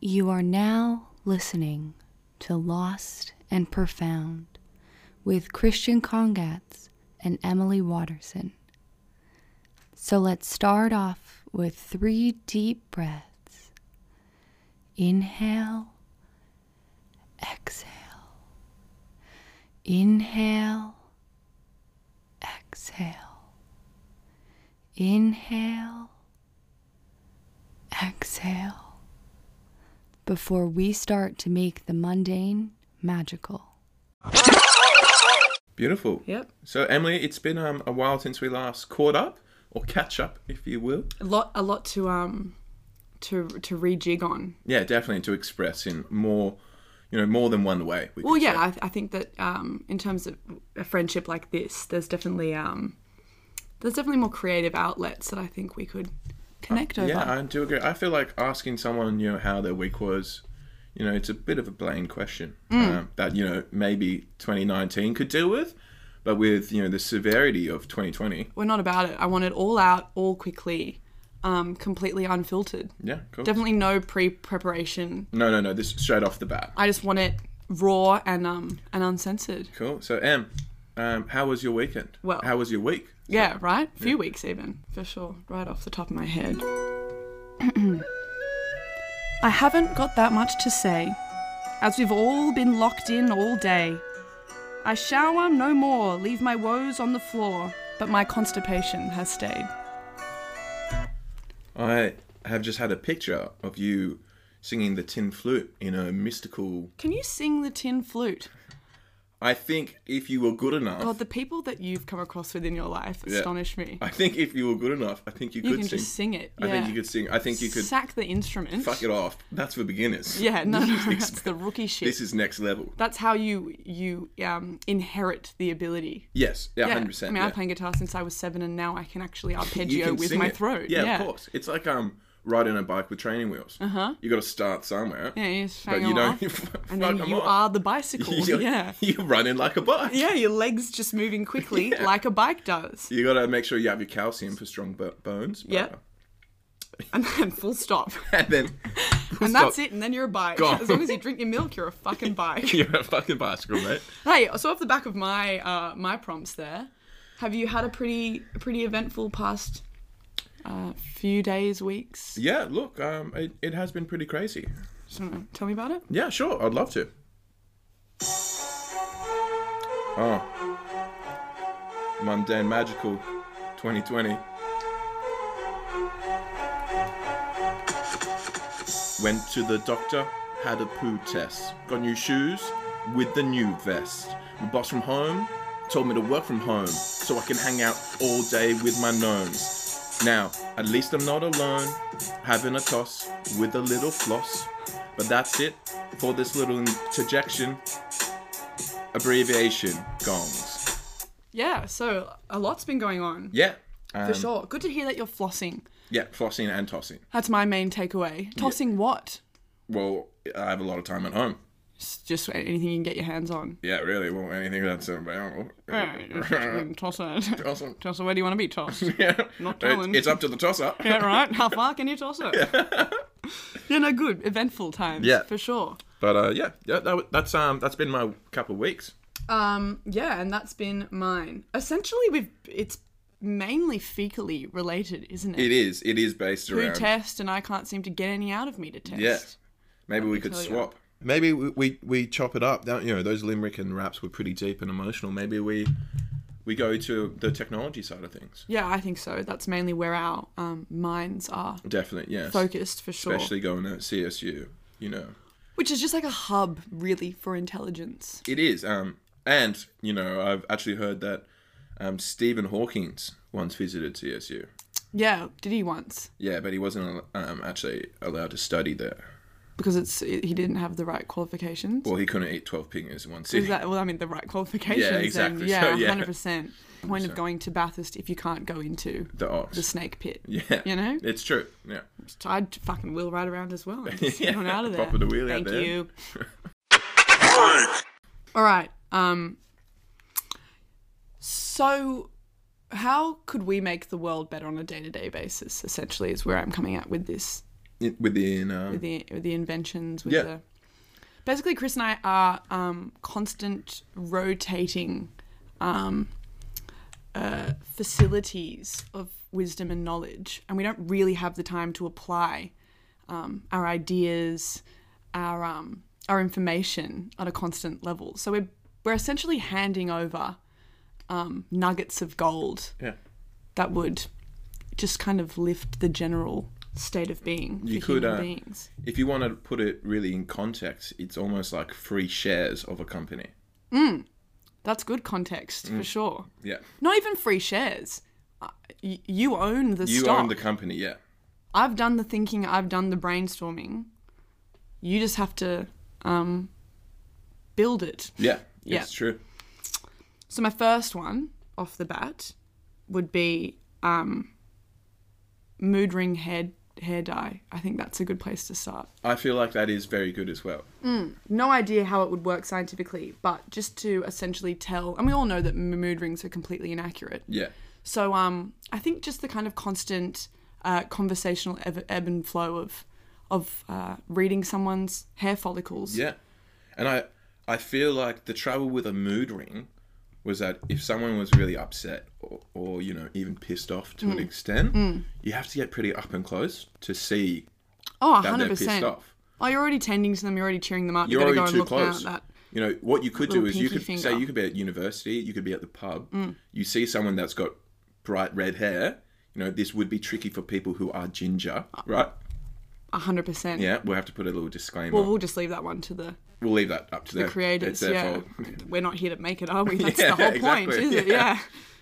You are now listening to Lost and Profound with Christian Congatz and Emily Watterson. So let's start off with three deep breaths. Inhale, exhale. Inhale, exhale. Inhale, exhale. Before we start to make the mundane magical. Beautiful. Yep. So Emily, it's been um, a while since we last caught up or catch up, if you will. A lot a lot to um to to rejig on. Yeah, definitely to express in more, you know, more than one way. we Well, could yeah, say. I, I think that um in terms of a friendship like this, there's definitely um there's definitely more creative outlets that I think we could connect over. Uh, Yeah, I do agree. I feel like asking someone, you know, how their week was, you know, it's a bit of a bland question Mm. um, that you know maybe 2019 could deal with, but with you know the severity of 2020. We're not about it. I want it all out, all quickly, um, completely unfiltered. Yeah, cool. Definitely no pre preparation. No, no, no. This straight off the bat. I just want it raw and um and uncensored. Cool. So Em, um, how was your weekend? Well- how was your week? Yeah, right? A few weeks even, for sure, right off the top of my head. I haven't got that much to say, as we've all been locked in all day. I shower no more, leave my woes on the floor, but my constipation has stayed. I have just had a picture of you singing the tin flute in a mystical. Can you sing the tin flute? I think if you were good enough, God, the people that you've come across within your life Yeah. astonish me. I think if you were good enough, I think you, You could can sing. just sing it. I yeah. think you could sing. I think you could sack the instrument. fuck it off. That's for beginners. Yeah, no, This no, is that's exp- the rookie shit. This is next level. that's how you you um, inherit the ability. Yes, yeah, Yeah, hundred percent. I mean, yeah. I've been playing guitar since I was seven, and now I can actually arpeggio can with sing my it. throat. Yeah, of course. It's like um riding a bike with training wheels. Uh huh. You got to start somewhere. Uh-huh. Yeah, you just but hang you them don't. off, You fuck and then them you off. are the bicycle. You're- yeah, You're running like a bike. yeah, your legs just moving quickly like a bike does, You got to make sure you have your calcium for strong bo- bones. but- Yep. and then full stop, And then. and that's it, and then you're a bike. Gone. As long as you drink your milk, you're a fucking bike. You're a fucking bicycle, mate. hey, so off the back of my uh, my prompts there, have you had a pretty pretty eventful past uh, few days, weeks? Yeah, look, um, it, it has been pretty crazy. Just don't know. Tell me about it. Yeah, sure, I'd love to. Oh. Mundane Magical 2020. Went to the doctor, had a poo test. Got new shoes with the new vest. My boss from home told me to work from home so I can hang out all day with my gnomes. Now, at least I'm not alone, having a toss with a little floss. But that's it for this little interjection. Abbreviation gongs. Yeah, so a lot's been going on. Yeah. For um, sure. Good to hear that you're flossing. Yeah, flossing and tossing. That's my main takeaway. Tossing what? Well, I have a lot of time at home. S- Just anything you can get your hands on. Yeah, really. Well, anything that's available. Toss it. Awesome. Toss it. Where do you want to be tossed? Yeah. It's, Not telling. it's up to the tosser. yeah, right. How far can you toss it? Yeah, no, good. Eventful times. Yeah. For sure. But uh, yeah, yeah. That, w- that's um, that's been my couple of weeks. Um, yeah, and that's been mine. Essentially, we've it's mainly fecally related, isn't it? It is. It is based Who around. test, and I can't seem to get any out of me to test. Yeah. Maybe we can could tell you. swap. Maybe we, we we chop it up. That you know, those limerick and raps were pretty deep and emotional. Maybe we we go to the technology side of things. Yeah, I think so. That's mainly where our um, minds are Definitely, yes. focused for sure. Especially going to CSU, you know. Which is just like a hub, really, for intelligence. It is. Um, and you know, I've actually heard that um, Stephen Hawking's once visited CSU. Yeah, did he once? Yeah, but he wasn't al- um, actually allowed to study there. Because it's he didn't have the right qualifications. Well, he couldn't eat twelve pingers in one Is sitting. that well? I mean, the right qualifications. then. exactly. Yeah, So, yeah. hundred percent. Point of going to Bathurst if you can't go into the ox. the snake pit. yeah, you know? it's true. Yeah, I'd fucking wheel right around as well. and Just Yeah, get on out of there. pop the wheel out Thank there. you. All right. Um. So, how could we make the world better on a day-to-day basis? Essentially, is where I'm coming at with this i- within. Um, with the with the inventions. With Yeah. the, basically, Chris and I are um, constant rotating um, uh, facilities of wisdom and knowledge, and we don't really have the time to apply um, our ideas, our um, our information on a constant level. So we're we're essentially handing over um, nuggets of gold Yeah. that would just kind of lift the general state of being You for could, human uh, beings. If you want to put it really in context, it's almost like free shares of a company. That's good context Mm. for sure. Yeah. Not even free shares. Uh, y- You own the You stock. own the company. Yeah. I've done the thinking. I've done the brainstorming. You just have to um, build it. Yeah. Yeah. It's true. So my first one off the bat would be um, mood ring hair hair dye. I think that's a good place to start. I feel like that is very good as well. Mm. no idea how it would work scientifically, but just to essentially tell, and we all know that m- mood rings are completely inaccurate. Yeah. So um, I think just the kind of constant uh, conversational ebb, ebb and flow of of uh, reading someone's hair follicles. Yeah. And I I feel like the trouble with a mood ring was that if someone was really upset or, or you know, even pissed off to an Mm. extent, you have to get pretty up and close to see Oh, that they're hundred pissed percent. off. Oh, you're already tending to them. You're already cheering them up. You're you gotta already go too and look close. down at that. You know, what you could do Little is you pinky could finger. Mm. say you could be at university, you could be at the pub, you see someone that's got bright red hair, you know, this would be tricky for people who are ginger, Ah. right? hundred percent. Yeah, we'll have to put a little disclaimer. Well, We'll, we'll just leave that one to the leave that up to the creators. Yeah, we're not here to make it, are we? That's Yeah, the whole point, exactly, is it? yeah. uh,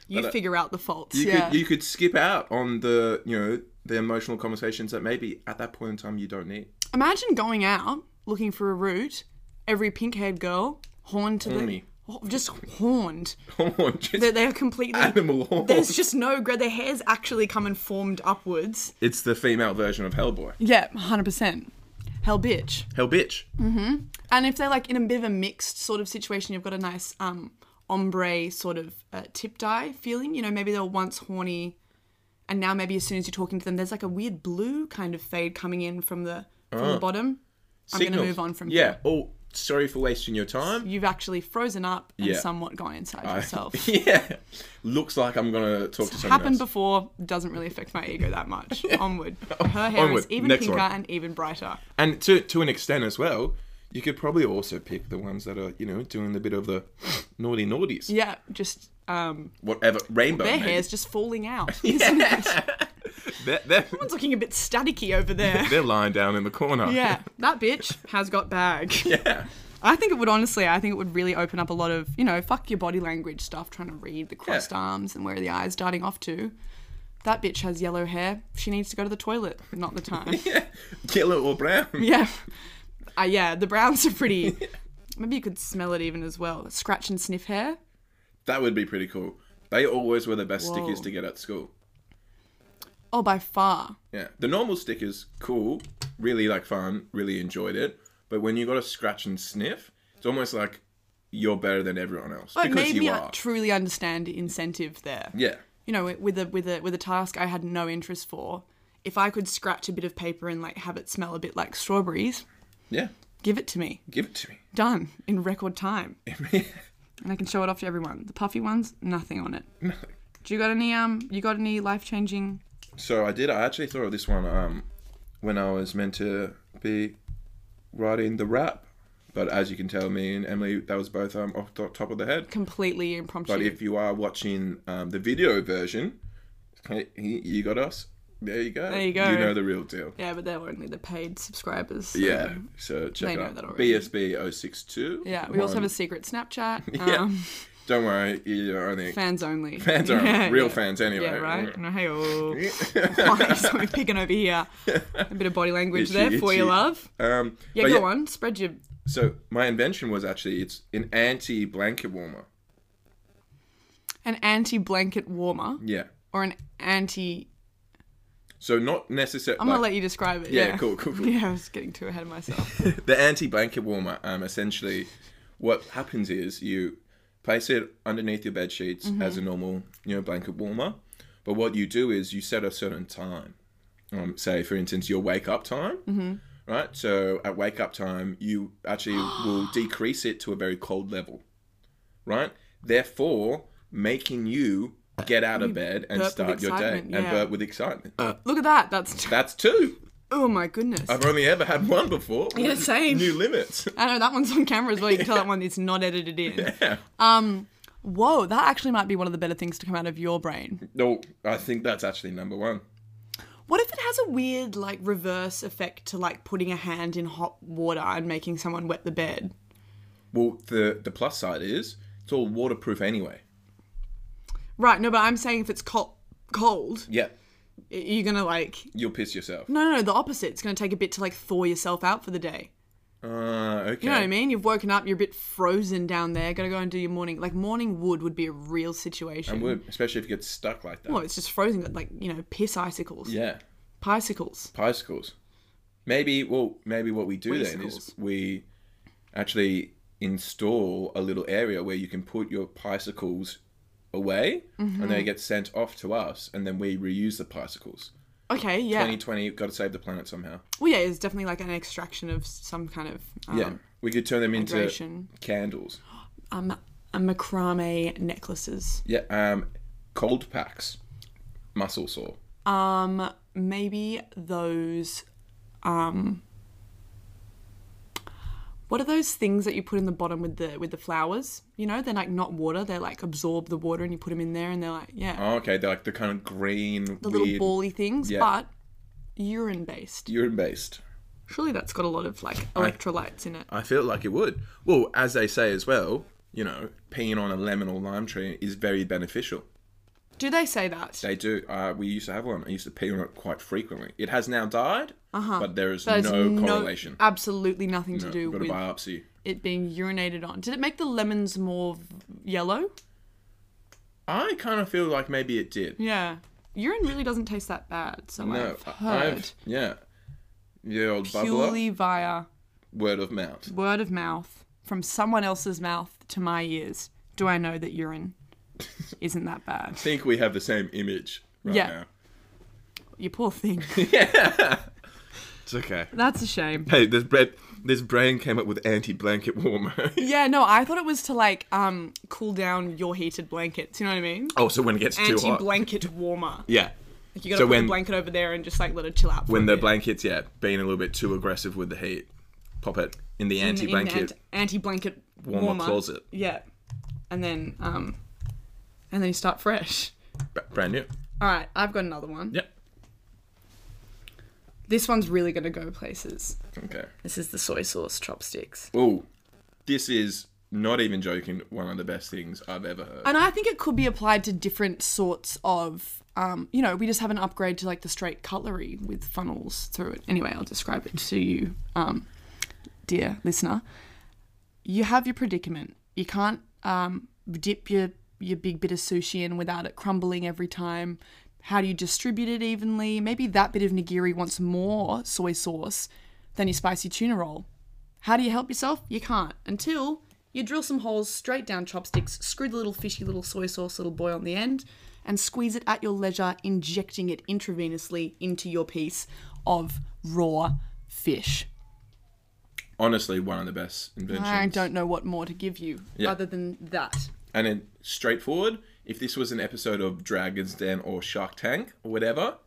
Yeah. You figure out the faults. You yeah. could you could skip out on the you know the emotional conversations that maybe at that point in time you don't need. Imagine going out looking for a route, every pink haired girl, horned to Horny. the. Oh, Just horned. Come on, just They're, they're completely. animal horn. There's just no. gra- Their hair's actually come and formed upwards. It's the female version of Hellboy. Yeah, 100%. Hell bitch. Hell bitch. And if they're like in a bit of a mixed sort of situation, you've got a nice um, ombre sort of uh, tip dye feeling. You know, maybe they were once horny, and now maybe as soon as you're talking to them, there's like a weird blue kind of fade coming in from the from Ah. the bottom. I'm Signals. gonna move on from yeah. Oh, sorry for wasting your time. you've actually frozen up and Yeah. somewhat gone inside yourself. yeah. Looks like I'm gonna talk to someone Happened else. before, doesn't really affect my ego that much. Onward. Her hair Onward. is even Next pinker one. and even brighter. and to to an extent as well, you could probably also pick the ones that are you know doing the bit of the naughty naughties. Yeah, just um, Whatever rainbow. their maybe. hair's just falling out. Isn't it? They're, they're, It's looking a bit staticky over there. they're lying down in the corner. Yeah, that bitch has got bag. Yeah. I think it would honestly, I think it would really open up a lot of, you know, fuck your body language stuff, trying to read the crossed arms and where the eyes darting off to. That bitch has yellow hair. She needs to go to the toilet, not the time. Yeah. Yellow or brown. Yeah. Uh, yeah, the browns are pretty. Maybe you could smell it even as well. Scratch and sniff hair. That would be pretty cool. They always were the best stickers Whoa. to get at school. Oh, by far. Yeah. The normal stickers, cool, really like fun, really enjoyed it. But when you got to scratch and sniff, it's almost like you're better than everyone else But because maybe you I are. truly understand incentive there. yeah. You know, with a with a with a task I had no interest for. If I could scratch a bit of paper and like have it smell a bit like strawberries, Yeah. give it to me. Give it to me. Done in record time, yeah. and I can show it off to everyone. The puffy ones, nothing on it. Do you got any um? You got any life changing? So I did. I actually thought of this one um, when I was meant to be writing the rap, but as you can tell, me and Emily, that was both um, off the top of the head. Completely impromptu. But if you are watching um, the video version, hey, he- you got us. There you go. There you go. You know the real deal. yeah, but they're only the paid subscribers. so- Yeah. So check They it know out. that already. BSB062. Yeah, we also have a secret Snapchat. Yeah. Um, Don't worry. You're only. fans only. Fans are Yeah, real yeah. fans anyway. Yeah, right? No, hey, oh. Why are we picking over here? A bit of body language Itchy, there for itchy. you, love. Um, Yeah, but go on. Spread your. So my invention was actually it's an anti-blanket warmer. An anti blanket warmer Yeah. or an anti. So not necessarily. I'm going to let you describe it. Yeah, Yeah, cool, cool, cool. Yeah, I was getting too ahead of myself. the anti-blanket warmer um, essentially what happens is you place it underneath your bed Mm-hmm. sheets as a normal you know blanket warmer but what you do is you set a certain time um, say for instance your wake up time Mm-hmm. right so at wake up time you actually will decrease it to a very cold level right therefore making you get out of bed and burp with start your day excitement, and yeah. burp with excitement Look at that. That's that's two oh my goodness. i've only ever had one before Yeah, same. new limits I know that one's on camera as well. You can tell that one is not edited in. yeah Um, Whoa, that actually might be one of the better things to come out of your brain. no i think that's actually number one What if it has a weird like reverse effect to like putting a hand in hot water and making someone wet the bed? well the the plus side is it's all waterproof anyway Right, no, but I'm saying if it's cold, cold, yeah y- you're gonna like you'll piss yourself no, no, no, the opposite. It's gonna take a bit to like thaw yourself out for the day. uh, okay You know what I mean? You've woken up, you're a bit frozen down there. Gotta go and do your morning. Like morning wood would be a real situation. And would, especially if you get stuck like that. Well, it's just frozen. got, Like you know, piss icicles, Yeah, piscicles. bicycles. Maybe well, maybe what we do then is Bicycles. we actually install a little area where you can put your bicycles away, and Mm-hmm. they get sent off to us, and then we reuse the bicycles. Okay, yeah. Twenty twenty, got to save the planet somehow. Well, yeah, it's definitely like an extraction of some kind of um, yeah, we could turn them into hydration. candles. um, uh, macrame necklaces. Yeah, um, cold packs, muscle sore. Um, maybe those. Um, what are those things that you put in the bottom with the with the flowers? You know, they're like not water. They like absorb the water, and you put them in there, and they're like yeah, Oh, okay, they're like the kind of green, the little weird, bally things, Yeah. but urine based. urine based. Surely that's got a lot of like electrolytes in it. I feel like it would. Well, as they say as well, you know, peeing on a lemon or lime tree is very beneficial. Do they say that? They do. Uh, we used to have one. I used to pee on it quite frequently. It has now died, uh-huh. but there is There's no correlation. Absolutely nothing to do Got a with biopsy. it being urinated on. Did it make the lemons more v- yellow? I kind of feel like maybe it did. Yeah. Urine really doesn't taste that bad, so no, Mm, I've I- heard yeah, the old bubbler. purely via Word of mouth. word of mouth from someone else's mouth to my ears. Do I know that urine isn't that bad? think we have the same image right Yeah. now. You poor thing. It's okay. That's a shame. Hey, this bread, this brain came up with anti-blanket warmer. Yeah, no, I thought it was to like um cool down your heated blankets. You know what I mean? oh, so when it gets too Anti hot, blanket warmer. yeah. Like you gotta So put when- the blanket over there and just like let it chill out. For when a the bit. blankets, yeah, being a little bit too aggressive with the heat, pop it in the in the- anti in the blanket. ant- anti-blanket warmer closet. Yeah, and then um, and then you start fresh. Br- Brand new. All right, I've got another one. Yep. This one's really gonna go places. Okay. This is the soy sauce chopsticks, Oh, this is not even joking. One of the best things I've ever heard. and I think it could be applied to different sorts of. Um, you know, we just have an upgrade to like the straight cutlery with funnels through it. Anyway, I'll describe it to you, um, dear listener. You have your predicament. You can't um, dip your your big bit of sushi in without it crumbling every time. How do you distribute it evenly? Maybe that bit of nigiri wants more soy sauce than your spicy tuna roll. How do you help yourself? You can't until you drill some holes straight down chopsticks, screw the little fishy little soy sauce little boy on the end, and squeeze it at your leisure, injecting it intravenously into your piece of raw fish. Honestly, one of the best inventions. I don't know what more to give you Yeah. other than that. And then straightforward. If this was an episode of Dragon's Den or Shark Tank or whatever,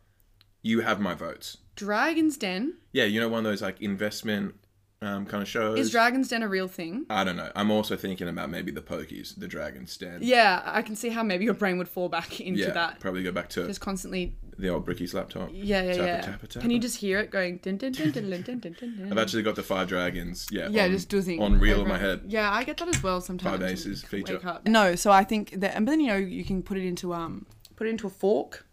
you have my votes. Dragon's Den. Yeah, you know one of those like investment um, kind of shows. Is Dragon's Den a real thing? I don't know. I'm also thinking about maybe the Pokies, the Dragon's Den. Yeah, I can see how maybe your brain would fall back into Yeah, that. probably go back to Just constantly, the old Bricky's laptop. yeah, yeah, Tappa, yeah. tappa, tappa. Can you just hear it going? Dun, dun, dun, dun, dun, dun, dun, dun, dun. I've actually got the five dragons. Yeah. Yeah, on, just doing on reel in over- my head. Yeah, I get that as well sometimes. Five aces Wake feature. up. No, so I think that, and then you know you can put it into um, put it into a fork,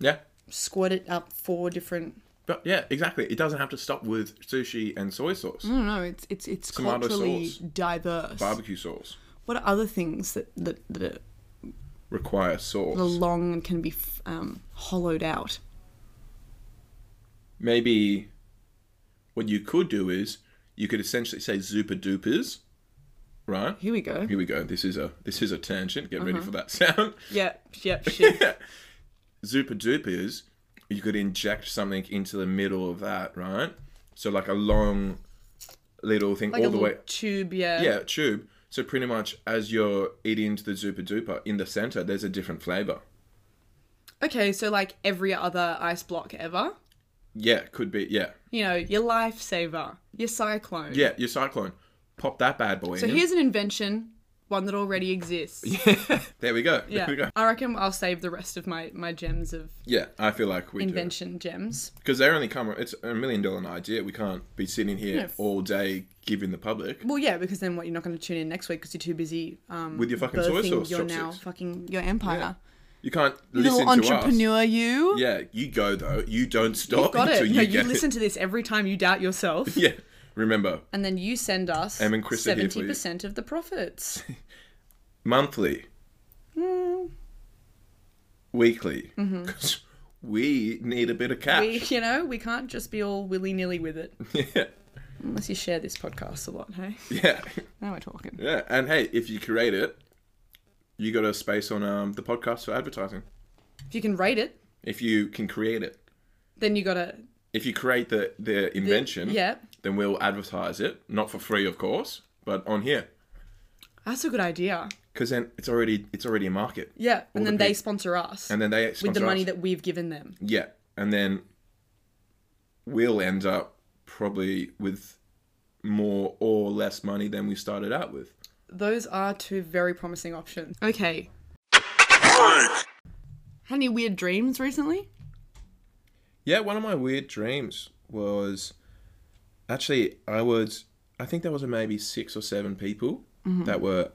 Yeah. squirt it up four different. But yeah, exactly. It doesn't have to stop with sushi and soy sauce, I don't know. It's it's it's Tomato culturally sauce. diverse. barbecue sauce. What are other things that that, that are Require sauce. the long and can be f- um, hollowed out? Maybe what you could do is you could essentially say zupa dupers, right? Here we go. Here we go. This is a this is a Uh-huh. tangent. Get ready for that sound. Yep, yep, shit. Zupa dupers you could inject something into the middle of that, right? So like a long little thing Like all a the little way tube, yeah. yeah, tube. So pretty much as you're eating into the Zupa Duper, in the center there's a different flavor. Okay, so like every other ice block ever. Yeah, could be. Yeah, You know, your lifesaver, your cyclone. yeah. Your cyclone, pop that bad boy So in. here's an invention, one that already exists. there we go. There we Yeah. go. I reckon I'll save the rest of my, my gems of Yeah, I feel like we do. invention gems. because they only come. It's a million dollar idea. We can't be sitting here Yeah. all day giving the public Well, yeah, because then what? You're not going to tune in next week because you're too busy um, with your fucking soy birthing sauce your now chopsticks. fucking your empire. You can't You listen little to us. entrepreneur, you. Yeah, you go though. You don't stop You've got until it. you no, get you listen to this every time you doubt yourself, it. Yeah, remember and then you send us Em and Chris are here for seventy you. percent of the profits. monthly, Hmm. weekly, Mm-hmm. because we need a bit of we, cash. you know, we can't just be all willy nilly with it yeah, unless you share this podcast a lot. Hey, yeah, now we're talking. yeah. And hey, if you create it, you got a space on um, the podcast for advertising. If you can rate it, If you can create it, then you gotta if you create the the invention, yeah. then we'll advertise it, not for free, of course, but on here, That's a good idea. because then it's already it's already a market, Yeah, and the then they peop- sponsor us and then they with sponsor the money us. that we've given them. yeah, and then we'll end up probably with more or less money than we started out with. Those are two very promising options. Okay. Had any weird dreams recently? Yeah, one of my weird dreams was actually I was I think there was maybe six or seven people Mm-hmm. that were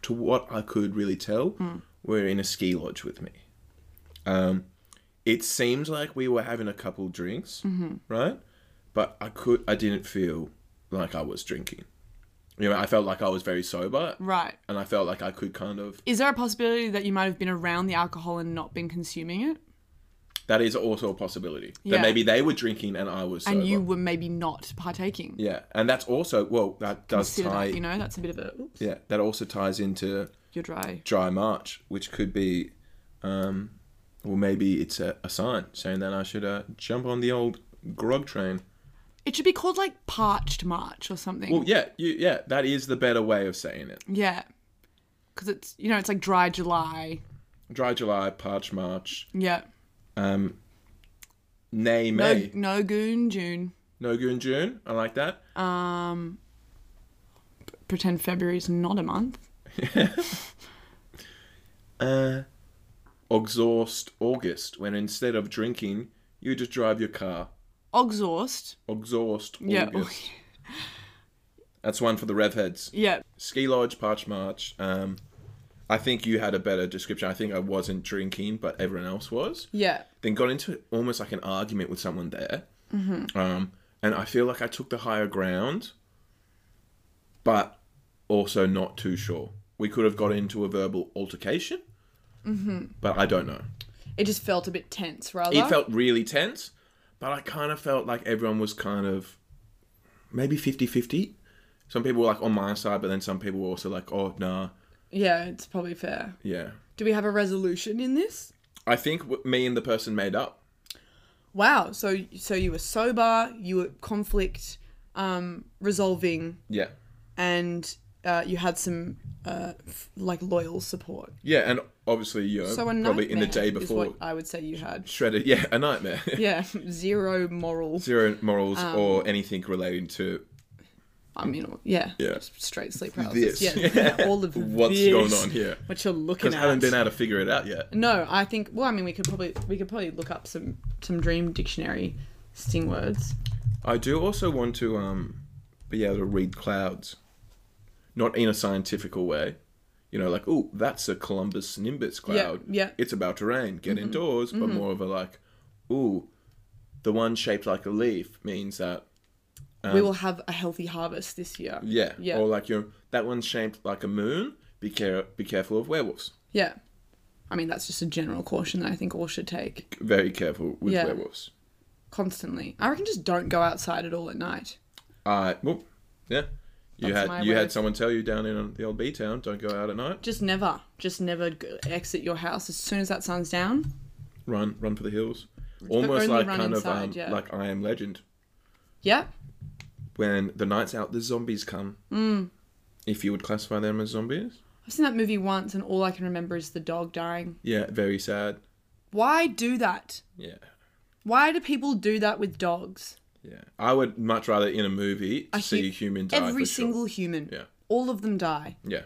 to what I could really tell Hmm. were in a ski lodge with me. Um, it seemed like we were having a couple drinks, Mm-hmm. right? But I could I didn't feel like I was drinking. You know, I felt like I was very sober, Right. and I felt like I could kind of Is there a possibility that you might have been around the alcohol and not been consuming it? that is also a possibility Yeah. that maybe they were drinking and I was sober. And you were maybe not partaking. Yeah, and that's also well that does Consider tie that, you know, that's a bit of a oops, yeah that also ties into you're dry. dry March, which could be, um, or maybe it's a, a sign saying that I should uh, jump on the old grog train. It should be called like parched March or something. Well, yeah, you, yeah, that is the better way of saying it. yeah. Cuz it's, you know, it's like dry July. Dry July, parched March, Yeah. um, nay No, May, no goon June. no goon June. I like that. Um p- pretend February is not a month. Uh, exhaust August, when instead of drinking, you just drive your car. Exhaust. Exhaust Yeah. Oh, August. That's one for the rev heads. Yeah. Ski lodge, Parch March. Um, I think you had a better description. I think I wasn't drinking, but everyone else was. Yeah. Then got into almost like an argument with someone there. Mm-hmm. Um, and I feel like I took the higher ground, but also not too sure. We could have got into a verbal altercation, mm-hmm. but I don't know. It just felt a bit tense rather. It felt really tense, but I kind of felt like everyone was kind of maybe 50 50. Some people were like on my side, but then some people were also like, oh, nah, Yeah, it's probably fair. yeah. Do we have a resolution in this? I think w- me and the person made up. Wow. So so you were sober, you were conflict um resolving Yeah. and uh, you had some uh, f- like loyal support. Yeah, and obviously, you know, So a Uh, probably in the nightmare day is before what I would say you had. shredded. Yeah, a nightmare. Yeah, Um, zero moral. Zero morals or anything relating to I mean, yeah, Yeah. just straight sleep paralysis. This. Yeah, yeah, all of what's this, going on here. What you're looking Because at? I haven't been able to figure it out yet. No, I think. Well, I mean, we could probably we could probably look up some some dream dictionary sting words. I do also want to um, be able to read clouds, not in a scientific way. You know, like, oh, that's a Columbus Nimbus cloud. yeah. Mm-hmm. It's about to rain. Get indoors. But more of a like, ooh, the one shaped like a leaf means that, we will have a healthy harvest this year. Um, yeah. Yeah. Or like, you know, that one's shaped like a moon. Be, care- be careful of werewolves. Yeah. I mean, that's just a general caution that I think all should take Very careful with Yeah. werewolves. constantly. I reckon just don't go outside at all at night. I, well, Uh, yeah. You That's my had you way had of- someone tell you down in um, the old B town, don't go out at night. Just never, just never g- exit your house as soon as that sun's down. Run, run for the hills. Almost only like run kind of inside, um, yeah. like I Am Legend. Yeah. When the night's out, the zombies come. Mm. If you would classify them as zombies, I've seen that movie once, and all I can remember is the dog dying. yeah, very sad. Why do that? Yeah, Why do people do that with dogs? yeah. I would much rather in a movie I see hear a human die. Every for sure. single human. Yeah. All of them die. Yeah,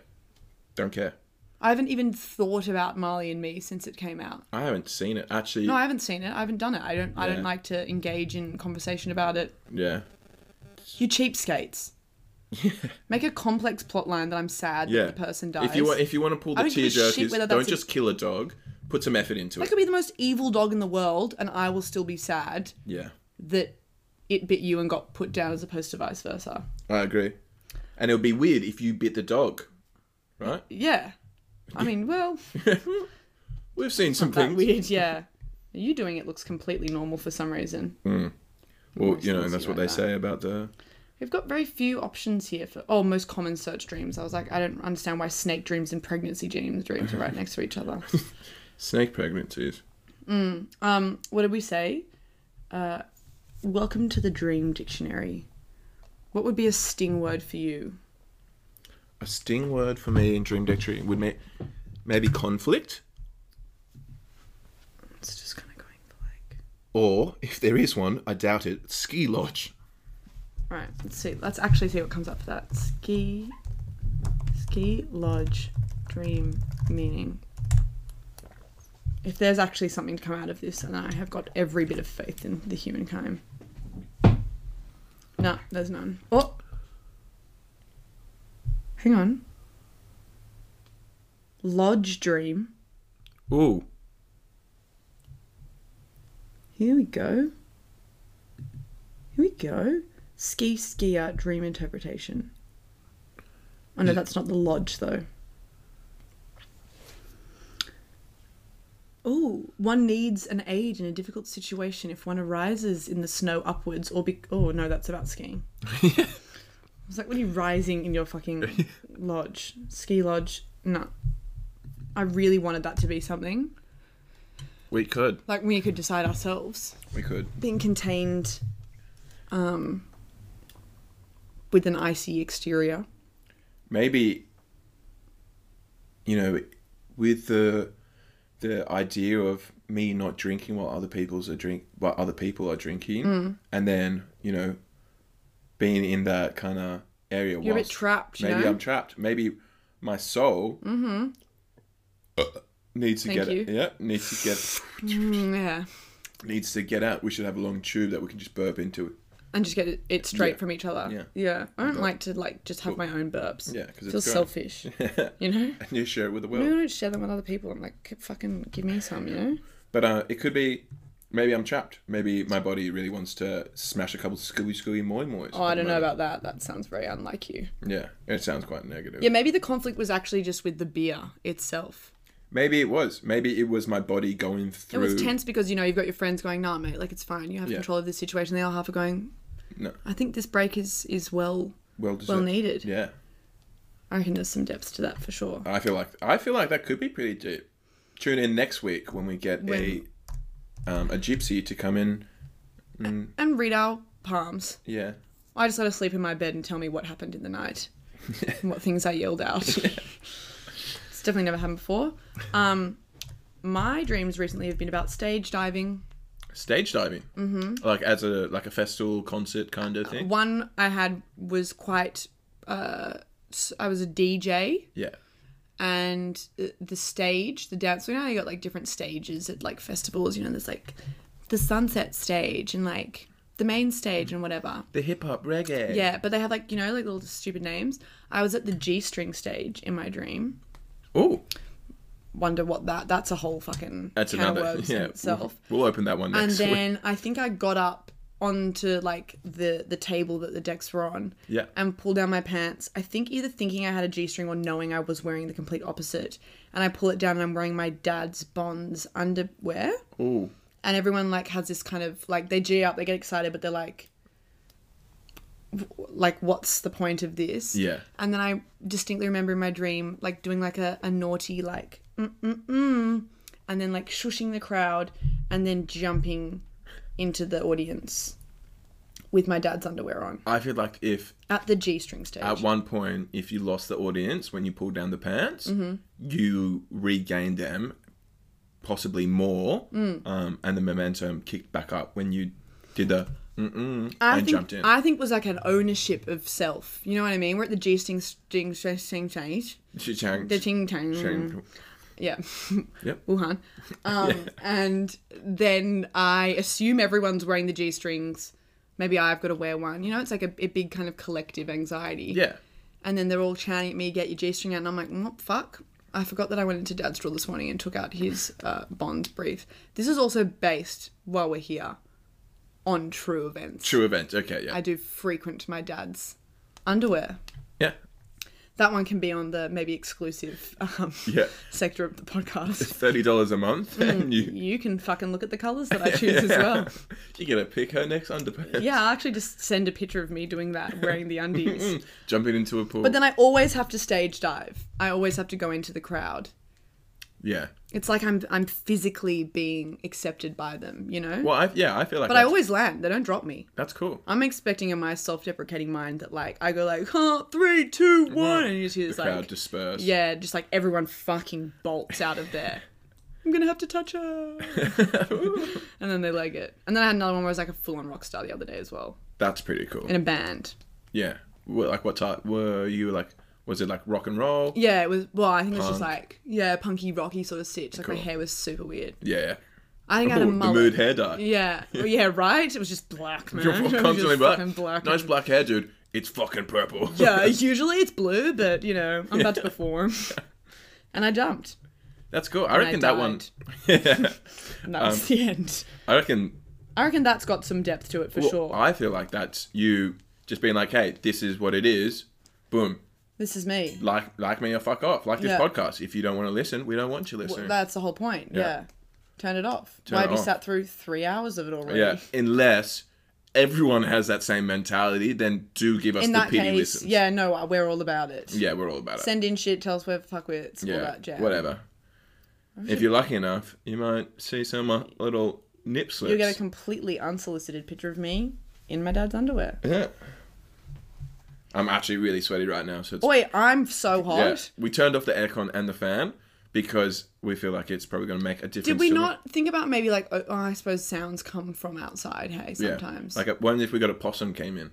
don't care. I haven't even thought about Marley and Me since it came out. I haven't seen it actually. No, I haven't seen it. I haven't done it. I don't. I Yeah. don't like to engage in conversation about it. yeah, You cheapskates. Make a complex plotline that I'm sad yeah. that the person dies. If you want, if you want to pull the I don't give a tear shit jerkers, whether don't that's a- just kill a dog. Put some effort into I it. could be the most evil dog in the world, and I will still be sad Yeah, that it bit you and got put down as opposed to vice versa. I agree. And it would be weird if you bit the dog, right? Yeah. I mean, well, We've seen some that things. weird. Yeah. You doing it looks completely normal for some reason. Well, Most you know, things and that's you what they like that. say about the. We've got very few options here for oh most common search dreams. I was like, I don't understand why snake dreams and pregnancy dreams dreams are right next to each other. Snake pregnancies. Um, what did we say? Uh, welcome to the Dream Dictionary. What would be a sting word for you? A sting word for me in Dream Dictionary would may, maybe conflict, It's just kind of going for like. or if there is one, I doubt it. Ski lodge. All right, let's see. Let's actually see what comes up for that. Ski, ski lodge, dream meaning. If there's actually something to come out of this, and I have got every bit of faith in the humankind. No, there's none. Oh, hang on. Lodge dream. Ooh, Here we go. Here we go. Ski skier dream interpretation. Oh no, that's not the lodge though. Oh, one needs an aid in a difficult situation if one arises in the snow upwards or be. Oh no, that's about skiing. I was like, what are you rising in your fucking lodge? Ski lodge? No. I really wanted that to be something. we could, Like, we could decide ourselves we could. being contained um, with an icy exterior. Maybe. You know, with the the idea of me not drinking while other people's are drink while other people are drinking, Mm. and then you know, being in that kind of area. You're a bit whilst- trapped, you Maybe know? Mm-hmm. I'm trapped. Maybe my soul Uh, needs to Thank get it. you. Yeah, needs to get Mm, yeah. needs to get out. We should have a long tube that we can just burp into. And just get it, it straight Yeah. from each other. Yeah. Yeah. I don't like to like just have my own burps. Yeah, 'cause it's I feel gross. selfish. and You know? you share it with the Maybe I world. don't share them with other people. I'm like, "G- fucking give me some, you know? But uh, it could be. Maybe I'm trapped. Maybe my body really wants to smash a couple scooby scooby moi mois. Oh, I don't know about that. That sounds very unlike you. Yeah, it sounds quite negative. Yeah, maybe the conflict was actually just with the beer itself. Maybe it was. Maybe it was my body going It through. was tense because, you know, you've got your friends going, nah, mate, like it's fine. You have Yeah. control of this situation. The other half are going, No, I think this break is, is well well deserved. well needed. Yeah, I reckon there's some depths to that for sure. I feel like I feel like that could be pretty deep. Tune in next week when we get When- a um, a gypsy to come in. And read our palms. Yeah. I just let her sleep in my bed and tell me what happened in the night and what things I yelled out. it's definitely never happened before. Um, my dreams recently have been about stage diving. stage diving mm-hmm. like as a like a festival concert kind of thing One I had was quite. Uh, s- I was a DJ yeah and uh, the stage, the dance. So now you got like different stages at like festivals. You know, there's like the sunset stage and like the main stage and whatever. the hip-hop reggae Yeah, but they have like you know like little stupid names. I was at the G string stage in my dream. oh Wonder what that? That's a whole fucking that's can of another worms in yeah itself. We'll, we'll open that one and next week then I think I got up onto like the the table that the decks were on. Yeah. And pulled down my pants. I think either thinking I had a G string or knowing I was wearing the complete opposite. And I pull it down and I'm wearing my dad's bonds underwear. oh and everyone like has this kind of like they g up they get excited but they're like w- like what's the point of this Yeah. and then i distinctly remember in my dream like doing like a, a naughty like mm mm mm and then like shushing the crowd and then jumping into the audience with my dad's underwear on I feel like if at the G string stage. at one point, if you lost the audience when you pulled down the pants, Mm-hmm. you regained them, possibly more, Mm. um, and the momentum kicked back up when you did the mm, mm-mm I and think, jumped in. I think was like an ownership of self. You know what I mean? We're at the G string string string string stage. Cha-chang, The mm. ting tang. cha-chang. yeah, Yep. Wuhan. Um, And then I assume everyone's wearing the G strings. Maybe I've got to wear one. You know, it's like a, a big kind of collective anxiety. Yeah. And then they're all chanting at me, get your G string out. And I'm like, what the fuck? I forgot that I went into dad's drawer this morning and took out his uh, Bond brief. This is also based, while we're here, on true events. True event. Okay. Yeah. I do frequent my dad's underwear. yeah. That one can be on the maybe exclusive um, Yeah. sector of the podcast. Thirty dollars a month, and you You can fucking look at the colours that I choose Mm. as well. you gonna pick her next underpants. Yeah, I'll actually just send a picture of me doing that, wearing the undies. Jumping into a pool. but then I always have to stage dive. I always have to go into the crowd. yeah. It's like I'm I'm physically being accepted by them, you know? Well, I, yeah, I feel like but I that's, always land. They don't drop me. that's cool. I'm expecting in my self-deprecating mind that like I go like, huh, three, two, one, and you just hear The this crowd like dispersed. Yeah, just like everyone fucking bolts out of there. I'm gonna have to touch her. and then they leg it. And then I had another one where I was like a full on rock star the other day as well. That's pretty cool. In a band. Yeah. Well, like what type were you like? Was it like rock and roll? Yeah, it was well, I think it was just Punk. like yeah, punky rocky sort of sitch. Like my Cool. hair was super weird. Yeah. I think I had a Ooh, the mullet. mood hair dye. Yeah. Well, yeah, right? It was just black, man. You're It was just constantly black. fucking black Nice and- black hair, dude. It's fucking purple. Yeah, usually it's blue, but you know, I'm about to perform. And I jumped. That's cool. I reckon I that one. Yeah. And that was Um, the end. I reckon. I reckon that's got some depth to it for well, sure. I feel like that's you just being like, hey, this is what it is. Boom. this is me. Like, like me or fuck off. Like this Yeah. podcast. If you don't want to listen, we don't want you Well, listening. that's the whole point. Yeah. Turn it off. Turn Why it have you off. sat through three hours of it already? yeah. Unless everyone has that same mentality, then do give us In the that pity case, listens. yeah, no, we're all about it. Yeah, we're all about it. Send in shit, tell us where the fuck we're, it's all yeah, that jazz. whatever. If you're lucky enough, you might see some uh, little nip slips. You'll get a completely unsolicited picture of me in my dad's underwear. yeah. I'm actually really sweaty right now, so it's Boy, I'm so hot. yeah. We turned off the aircon and the fan because we feel like it's probably going to make a difference. Did we to the- not think about maybe like, oh, oh, I suppose sounds come from outside, hey, Yeah. sometimes. Like, uh, one if we got a possum came in,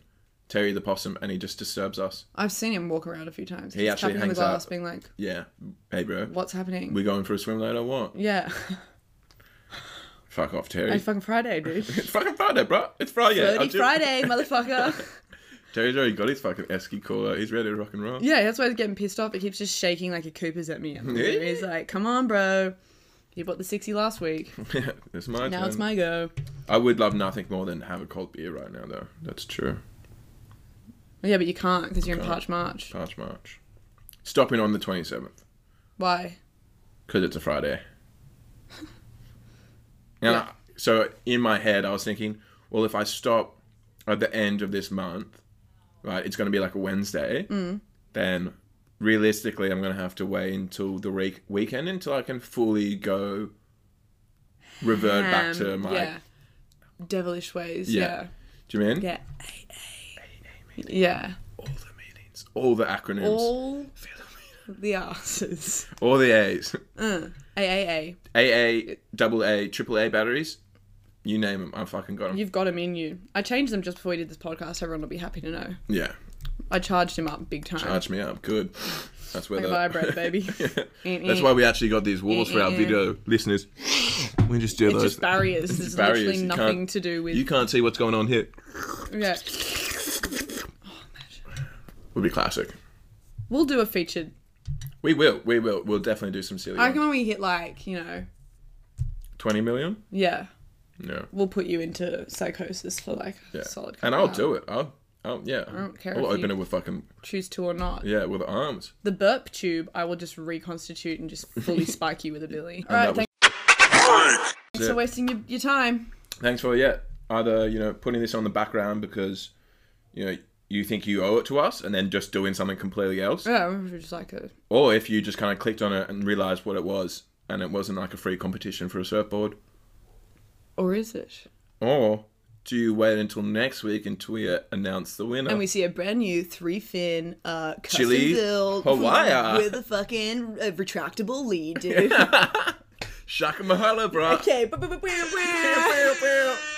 Terry the possum, and he just disturbs us. I've seen him walk around a few times. He He's actually tapping on the hangs out. glass, being like, Yeah. Hey, bro. what's happening? We going for a swim later or what? yeah. Fuck off, Terry. it's fucking Friday, dude. it's fucking Friday, bro. It's Friday. I'll Dirty do- Friday, motherfucker. Terry's already got his fucking esky caller. He's ready to rock and roll. Yeah, that's why he's getting pissed off. He keeps just shaking like a Cooper's at me. And he's like, come on, bro. You bought the 60 last week. it's my Now turn. it's my go. I would love nothing more than have a cold beer right now, though. That's true. Yeah, but you can't because you're in Parch March. March, March. Stopping on the 27th Why? because it's a Friday. And Yeah. I- so in my head, I was thinking, well, if I stop at the end of this month, right, it's going to be like a Wednesday, Mm. then realistically, I'm going to have to wait until the week- weekend until I can fully go revert back Um, to my. Yeah. Devilish ways. Yeah. Yeah. Do you mean? Yeah. Yeah. All the meetings, all the acronyms, All the asses. all the A's. AAA. AA, double A, triple A batteries. You name them, I fucking got them. You've got them in you. I changed them just before we did this podcast. Everyone will be happy to know. yeah, I charged him up big time. charge me up, good. That's where They the vibrate, baby. Mm, That's why we actually got these walls for our video listeners. We just do It's those. mm, just barriers. This is barriers. literally You can't- nothing to do with. you can't see what's going on here. yeah. Would be classic. We'll do a featured We will. We will. We'll definitely do some silly. I ones. reckon when we hit like, you know, Twenty million? yeah, No. we'll put you into psychosis for like Yeah. a solid. and couple I'll hours. do it. I'll. I'll yeah. I don't care I'll if you- open it with fucking Choose to or not. yeah with arms. The burp tube, I will just reconstitute and just fully spike you with a billy. All And right, that was- thanks for wasting your, your time. thanks for yeah either you know putting this on the background because you know you think you owe it to us and then just doing something completely else Yeah, we were just like a, or if you just kind of clicked on it and realized what it was and it wasn't like a free competition for a surfboard or is it? Or do you wait until next week and we announce the winner? And we see a brand new three fin, uh, custom Chili built Hawaii. with a fucking uh, retractable lead, dude. Shaka Mahala, bro. okay, bu- bu- bu- bu- bu- Pew, pew, pew.